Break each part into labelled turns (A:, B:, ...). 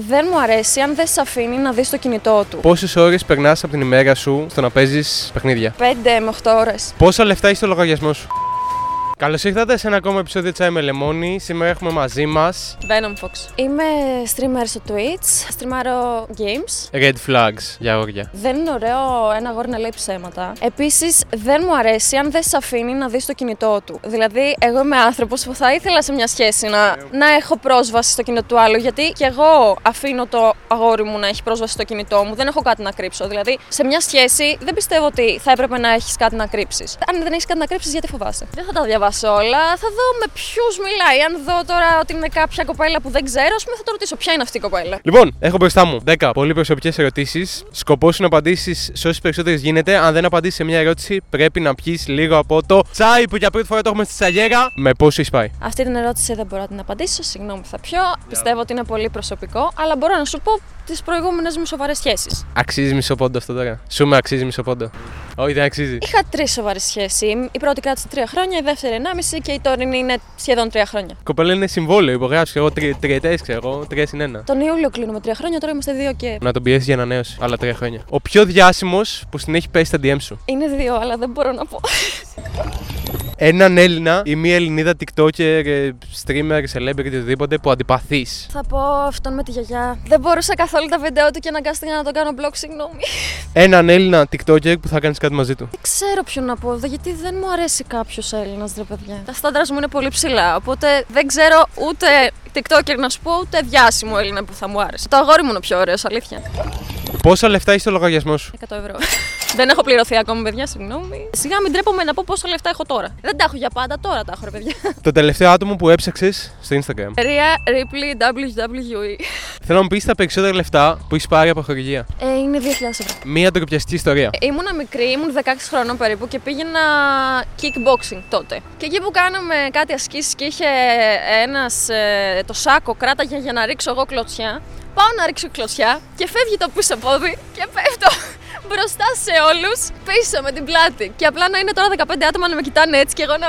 A: Δεν μου αρέσει αν δεν σε αφήνει να δεις το κινητό του.
B: Πόσες ώρες περνάς από την ημέρα σου στο να παίζεις παιχνίδια.
A: 5 με 8 ώρες.
B: Πόσα λεφτά έχεις στο λογαριασμό σου. Καλώ ήρθατε σε ένα ακόμα επεισόδιο Τσάι με Λεμόνι. Σήμερα έχουμε μαζί μας
C: Venom Fox.
A: Είμαι streamer στο Twitch, streamάρω games.
B: Red Flags για όρια.
A: Δεν είναι ωραίο ένα αγόρι να λέει ψέματα. Επίσης, δεν μου αρέσει αν δεν σε αφήνει να δεις το κινητό του. Δηλαδή, εγώ είμαι άνθρωπος που θα ήθελα σε μια σχέση να, να έχω πρόσβαση στο κινητό του άλλου. Γιατί κι εγώ αφήνω το αγόρι μου να έχει πρόσβαση στο κινητό μου. Δεν έχω κάτι να κρύψω. Δηλαδή, σε μια σχέση δεν πιστεύω ότι θα έπρεπε να έχεις κάτι να κρύψεις. Αν δεν έχεις κάτι να κρύψεις, γιατί φοβάσαι. Δεν θα τα διαβάσω όλα. Θα δω με ποιους μιλάει. Αν δω τώρα ότι είναι κάποια κοπέλα που δεν ξέρω, ας πούμε, θα το ρωτήσω ποια είναι αυτή η κοπέλα.
B: Λοιπόν, έχω μπροστά μου 10 πολύ προσωπικές ερωτήσεις. Σκοπός σου να απαντήσεις σε όσες περισσότερες γίνεται. Αν δεν απαντήσεις σε μια ερώτηση, πρέπει να πιεις λίγο από το τσάι που για πρώτη φορά το έχουμε στη σαγέρα. Με πόσο έχεις πάει.
A: Αυτή την ερώτηση δεν μπορώ να την απαντήσω. Συγγνώμη που θα πιω. Πιστεύω ότι είναι πολύ προσωπικό, αλλά μπορώ να σου πω τις προηγούμενες μου σοβαρές σχέσεις.
B: Αξίζει μισό πόντο αυτό τώρα. Σου με αξίζει μισό πόντο. Όχι, δεν αξίζει.
A: Είχα τρεις σοβαρές σχέσεις. Η πρώτη κράτησε τρία χρόνια, η δεύτερη ενάμιση και η τωρινή είναι σχεδόν τρία χρόνια.
B: Η κοπέλα είναι συμβόλαιο, υπογράψει. Εγώ τριετές ξέρω εγώ, τρία συν ένα.
A: Τον Ιούλιο κλείνουμε τρία χρόνια, τώρα είμαστε δύο και.
B: Να τον πιέσεις για ανανέωση. Άλλα τρία χρόνια. Ο πιο διάσημος που στην έχει πέσει στα DM σου.
A: Είναι δύο, αλλά δεν μπορώ να πω.
B: Έναν Έλληνα ή μία Ελληνίδα TikToker, ε, streamer, celebrity, οτιδήποτε που αντιπαθείς.
A: Θα πω αυτόν με τη γιαγιά. Δεν μπορούσα καθόλου τα βίντεο του και αναγκάστηκα να τον κάνω blog, συγγνώμη.
B: Έναν Έλληνα TikToker που θα κάνεις κάτι μαζί του.
A: Δεν ξέρω ποιον να πω εδώ, γιατί δεν μου αρέσει κάποιος Έλληνας, ρε παιδιά. Τα στάντρα μου είναι πολύ ψηλά, οπότε δεν ξέρω ούτε TikToker να σου πω, ούτε διάσημο Έλληνα που θα μου άρεσε. Το αγόρι μου είναι πιο ωραίος, αλήθεια.
B: Πόσα λεφτά έχει στο λογαριασμό σου.
A: 100 ευρώ. δεν έχω πληρωθεί ακόμα, παιδιά, συγγνώμη. Σιγά μην τρέπομαι να πω πόσα λεφτά έχω τώρα. Δεν τα έχω για πάντα, τώρα τα έχω, ρε παιδιά.
B: Το τελευταίο άτομο που έψαξες στο Instagram.
A: Ρία Ripley E. WWE.
B: Θέλω να μου πεις τα περισσότερα λεφτά που έχεις πάρει από χορηγία.
A: Ε, είναι 2.000 ευρώ.
B: Μία ντροπιαστική ιστορία.
A: Ήμουνα μικρή, ήμουν 16 χρονών περίπου και πήγαινα kickboxing τότε. Και εκεί που κάναμε κάτι ασκήσεις και είχε ένας ε, το σάκο κράταγε για να ρίξω εγώ κλωτσιά. Πάω να ρίξω κλωτσιά και φεύγει το πίσω πόδι και πέφτω μπροστά σε όλους πίσω με την πλάτη. Και απλά να είναι τώρα 15 άτομα να με κοιτάνε έτσι και εγώ να...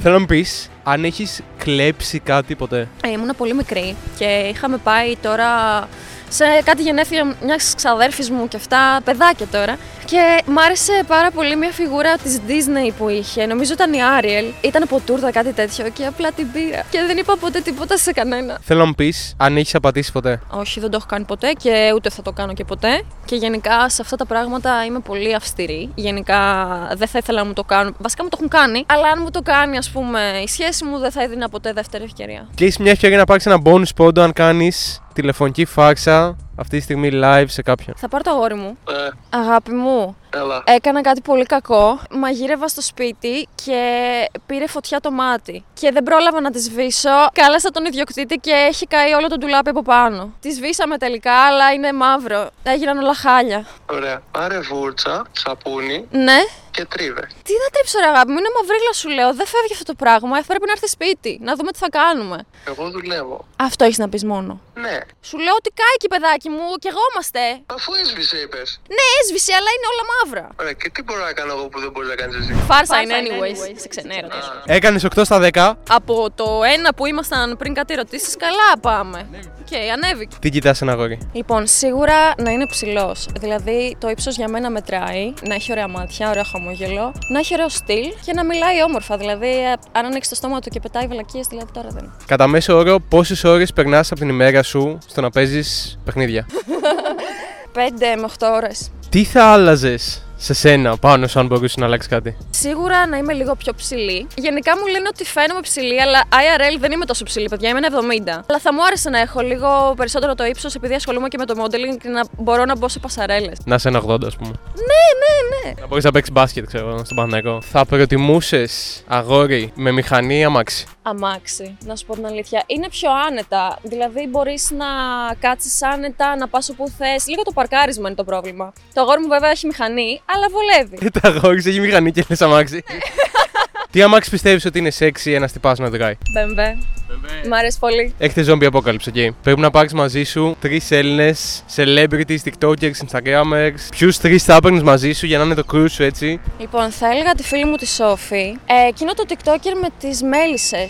B: Θέλω να μου πεις αν έχεις κλέψει κάτι ποτέ.
A: Ε, ήμουν πολύ μικρή και είχαμε πάει τώρα σε κάτι γενέθλια μιας ξαδέρφης μου και αυτά, παιδάκια τώρα. Και μ' άρεσε πάρα πολύ μια φιγούρα της Disney που είχε. Νομίζω ήταν η Άριελ. Ήταν από τούρτα κάτι τέτοιο και απλά την πήρα. Και δεν είπα ποτέ τίποτα σε κανένα.
B: Θέλω να μου πεις αν έχεις απατήσει ποτέ.
A: Όχι, δεν το έχω κάνει ποτέ και ούτε θα το κάνω και ποτέ. Και γενικά σε αυτά τα πράγματα είμαι πολύ αυστηρή. Γενικά δεν θα ήθελα να μου το κάνουν. Βασικά μου το έχουν κάνει. Αλλά αν μου το κάνει, ας πούμε, η σχέση μου δεν θα έδινα ποτέ δεύτερη ευκαιρία.
B: Και έχεις μια ευκαιρία να πάρεις ένα bonus πόντο αν κάνεις τηλεφωνική φάξα αυτή τη στιγμή live σε κάποιον.
A: Θα πάρω το αγόρι μου.
D: Ε,
A: Αγάπη μου,
D: έλα.
A: έκανα κάτι πολύ κακό. Μαγείρευα στο σπίτι και πήρε φωτιά το μάτι. Και δεν πρόλαβα να τη σβήσω. Κάλεσα τον ιδιοκτήτη και έχει καεί όλο το ντουλάπι από πάνω. Τη σβήσαμε τελικά, αλλά είναι μαύρο. Έγιναν όλα χάλια.
D: Ωραία. Πάρε βούρτσα, σαπούνι
A: Ναι.
D: και τρίβε.
A: Τι να τρέψω, ρε αγάπη μου, είναι μαυρίλα σου λέω. Δεν φεύγει αυτό το πράγμα. Ε, Πρέπει να έρθει σπίτι, να δούμε τι θα κάνουμε.
D: Εγώ δουλεύω.
A: Αυτό έχεις να πεις μόνο.
D: Ναι.
A: Σου λέω ότι κάει εκεί, παιδάκι μου, κι εγώ είμαστε.
D: Αφού έσβησε, είπες.
A: Ναι, έσβησε, αλλά είναι όλα μαύρα.
D: Ωραία, και τι μπορώ να κάνω εγώ που δεν μπορεί να κάνεις εσύ.
A: Φάρσα είναι anyways, σε ξενέρωτα.
B: Έκανε 8 στα 10.
A: Από το ένα που ήμασταν πριν κάτι ερωτήσει, καλά πάμε. Οκ, ανέβηκε.
B: Τι κοιτάς ένα αγόρι.
A: Λοιπόν, σίγουρα να είναι ψηλός. Δηλαδή, το ύψος για μένα μετράει. Να έχει ωραία μάτια, ωραίο χαμόγελο. Να έχει ωραίο στυλ και να μιλάει όμορφα. Δηλαδή, ε, αν ανοίξει το στόμα του και πετάει βλακίες, δηλαδή τώρα δεν.
B: Κατά μέσο όρο, πόσες ώρες περνάς από την ημέρα σου στο να παίζεις παιχνίδια.
A: 5 με 8 ώρες.
B: Τι θα άλλαζες σε σένα πάνω σου αν μπορούσε να αλλάξει κάτι.
A: Σίγουρα να είμαι λίγο πιο ψηλή. Γενικά μου λένε ότι φαίνομαι ψηλή, αλλά IRL δεν είμαι τόσο ψηλή, παιδιά. Είμαι ένα 70. Αλλά θα μου άρεσε να έχω λίγο περισσότερο το ύψος, επειδή ασχολούμαι και με το modeling και να μπορώ να μπω σε πασαρέλες.
B: Να είσαι ένα 80, ας πούμε.
A: Ναι, ναι, ναι.
B: Να μπορείς να παίξεις μπάσκετ, ξέρω εγώ, στον Παναγό. Θα προτιμούσες αγόρι με μηχανή ή αμάξι.
A: Αμάξι, να σου πω την αλήθεια. Είναι πιο άνετα. Δηλαδή, μπορείς να κάτσεις άνετα, να πας όπου θες. Λίγο το παρκάρισμα είναι το πρόβλημα. Το αγόρι μου βέβαια έχει μηχανή, αλλά βολεύει.
B: Τα αγόρι σου έχει μηχανή και λε αμάξι. Τι αμάξι πιστεύεις ότι είναι σεξι ένας τυπάς να οδηγάει.
A: Μπέμπε. Μ' αρέσει πολύ.
B: Έχετε zombie apocalypse, ok. Πρέπει να πάρεις μαζί σου τρεις Έλληνες, celebrities, TikTokers, Instagrammers. Ποιους τρεις θα έπαιρνες μαζί σου για να είναι το crew σου, έτσι.
A: Λοιπόν, θα έλεγα τη φίλη μου τη Σόφη. Ε, εκείνο το TikToker με τις μέλισσες.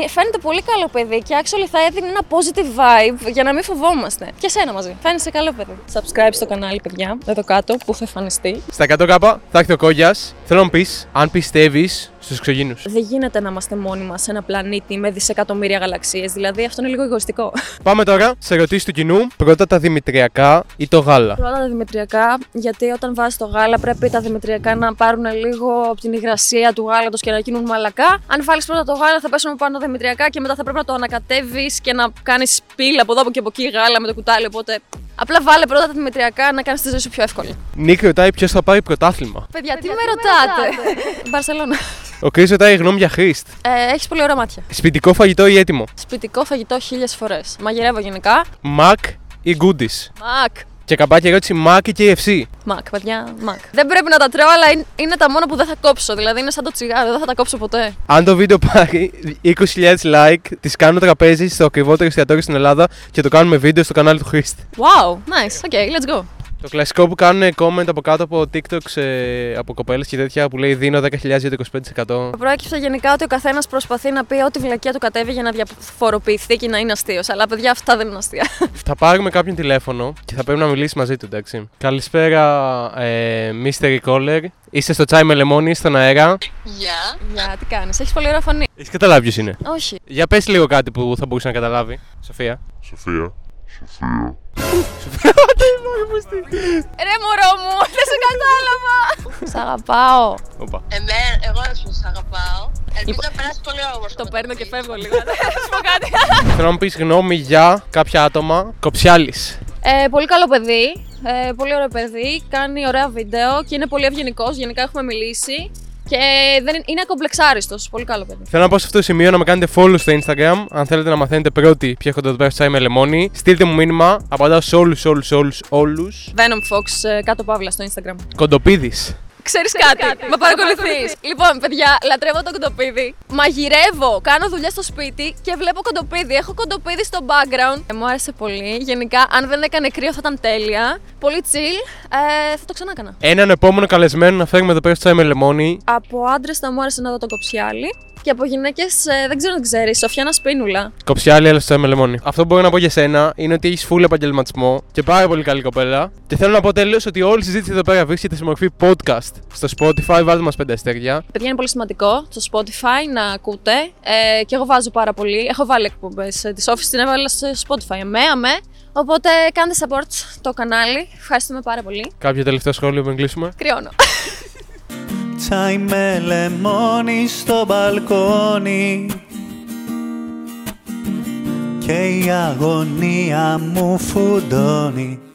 A: ε, Φαίνεται πολύ καλό παιδί και actually θα έδινε ένα positive vibe για να μην φοβόμαστε. Και σένα μαζί. Φαίνεσαι καλό παιδί. Subscribe στο κανάλι, παιδιά. Εδώ κάτω που θα εμφανιστεί.
B: Στα 100 κάπα θα έχει το κόγιας. Θέλω να μου πεις αν πιστεύεις στους εξωγήνου.
A: Δεν γίνεται να είμαστε μόνοι μας σε ένα πλανήτη με δισεκατομμύρια γαλαξίες. Δηλαδή, αυτό είναι λίγο εγωιστικό.
B: Πάμε τώρα σε ερωτήσεις του κοινού. Πρώτα τα Δημητριακά ή το γάλα.
A: Πρώτα τα δημητριακά, γιατί όταν βάζεις το γάλα πρέπει τα δημητριακά να πάρουν λίγο από την υγρασία του γάλατος και να γίνουν μαλακά. Αν βάλεις πρώτα το γάλα, θα πέσουν από πάνω τα δημητριακά και μετά θα πρέπει να το ανακατεύεις και να κάνεις πύλα από εδώ και από εκεί γάλα με το κουτάλι. Οπότε απλά βάλε πρώτα τα δημητριακά να κάνεις τη ζωή σου πιο εύκολη.
B: Νίκη ρωτάει ποιος θα πάρει πρωτάθλημα.
A: Παιδιά, τι με ρωτάτε. Μπαρσελόνα.
B: Ο Κρι ρωτάει γνώμη για Χρήστ.
A: Ε, Έχεις πολύ ωραία μάτια.
B: Σπιτικό φαγητό ή έτοιμο.
A: Σπιτικό φαγητό χίλιες φορές. Μαγειρεύω γενικά.
B: Μακ ή γκούντις.
A: Μακ.
B: Και καπάκι ερώτηση Μακ ή KFC.
A: Μακ, παιδιά, μακ. Δεν πρέπει να τα τρώω, αλλά είναι- είναι τα μόνα που δεν θα κόψω. Δηλαδή είναι σαν το τσιγάρο, δεν θα τα κόψω ποτέ.
B: Αν το βίντεο πάρει 20.000 like, τη κάνω τραπέζι στο ακριβότερο εστιατόριο στην Ελλάδα και το κάνουμε βίντεο στο κανάλι του Χρήστη.
A: Wow, nice. Okay, let's go.
B: Το κλασικό που κάνουν comment από κάτω από TikTok από κοπέλες και τέτοια που λέει Δίνω 10.000 για το 25%.
A: Προέκυψε γενικά ότι ο καθένας προσπαθεί να πει ό,τι βλακεία του κατέβει για να διαφοροποιηθεί και να είναι αστείος. Αλλά παιδιά, αυτά δεν είναι αστεία.
B: Θα πάρουμε κάποιον τηλέφωνο και θα πρέπει να μιλήσει μαζί του, εντάξει. Καλησπέρα, ε, Mr. Caller. Είστε στο τσάι με λεμόνι, στον αέρα.
D: Γεια.
A: Για τι κάνεις, έχεις πολύ ωραία φωνή.
B: Έχεις καταλάβει ποιος είναι.
A: Όχι.
B: Για πες λίγο κάτι που θα μπορούσε να καταλάβει, Σοφία.
C: Sofia. Sofia.
A: Ρε μωρό μου, δεν σε κατάλαβα. Σ' αγαπάω.
B: Οπα.
E: Εμένα, εγώ να σου σ' αγαπάω. Ελπίζω να περάσει πολύ όμορφα.
A: Το
E: με
A: παίρνω και
E: παιδί.
A: φεύγω λίγο. να σου πω κάτι.
B: Θέλω να μου πεις γνώμη για κάποια άτομα. Κοψιάλης.
A: Ε, πολύ καλό παιδί. Ε, πολύ ωραίο παιδί. Κάνει ωραία βίντεο και είναι πολύ ευγενικός. Γενικά έχουμε μιλήσει. Και δεν είναι, είναι κομπλεξάριστος. Πολύ καλό παιδί.
B: Θέλω να πω σε αυτό το σημείο να με κάνετε follow στο Instagram. Αν θέλετε να μαθαίνετε πρώτοι ποιοι έχονται εδώ πέρα στο τσάι με λεμόνι, στείλτε μου μήνυμα. Απαντάω σε όλους, όλους, όλους, όλους.
A: Venom Fox ε, κάτω παύλα στο Instagram.
B: Κοντοπίδης.
A: Ξέρεις κάτι, με παρακολουθείς. Λοιπόν, παιδιά, λατρεύω το κοντοπίδι. Μαγειρεύω, κάνω δουλειά στο σπίτι και βλέπω κοντοπίδι. Έχω κοντοπίδι στο background. Ε, μου άρεσε πολύ. Γενικά, αν δεν έκανε κρύο θα ήταν τέλεια. Πολύ chill. Ε, θα το ξανά έκανα.
B: Έναν επόμενο καλεσμένο να φέρουμε εδώ πέρα στο τσάι με λεμόνι.
A: Από άντρες θα μου άρεσε να δω το κοψιάλι. Και από γυναίκες, δεν ξέρω αν ξέρει, Σοφιάνα Σπίνουλα.
B: Κοψιάλη, αλλά στο τσάι με λεμόνι. Αυτό που μπορώ να πω για σένα είναι ότι έχεις full επαγγελματισμό και πάρα πολύ καλή κοπέλα. Και θέλω να πω τέλος ότι όλη η συζήτηση εδώ πέρα βρίσκεται σε μορφή podcast στο Spotify. Βάλτε μας πέντε αστέρια.
A: Παιδιά, είναι πολύ σημαντικό στο Spotify να ακούτε. Ε, και εγώ βάζω πάρα πολύ. Έχω βάλει εκπομπές τη Office, την έβαλα στο Spotify. Αμέ, αμέ. Οπότε κάντε support το κανάλι. Ευχαριστούμε πάρα πολύ.
B: Κάποιο τελευταίο σχόλιο πριν κλείσουμε.
A: Κρυώνω.
F: Τσάι με λεμόνι στο μπαλκόνι Και η αγωνία μου φουντώνει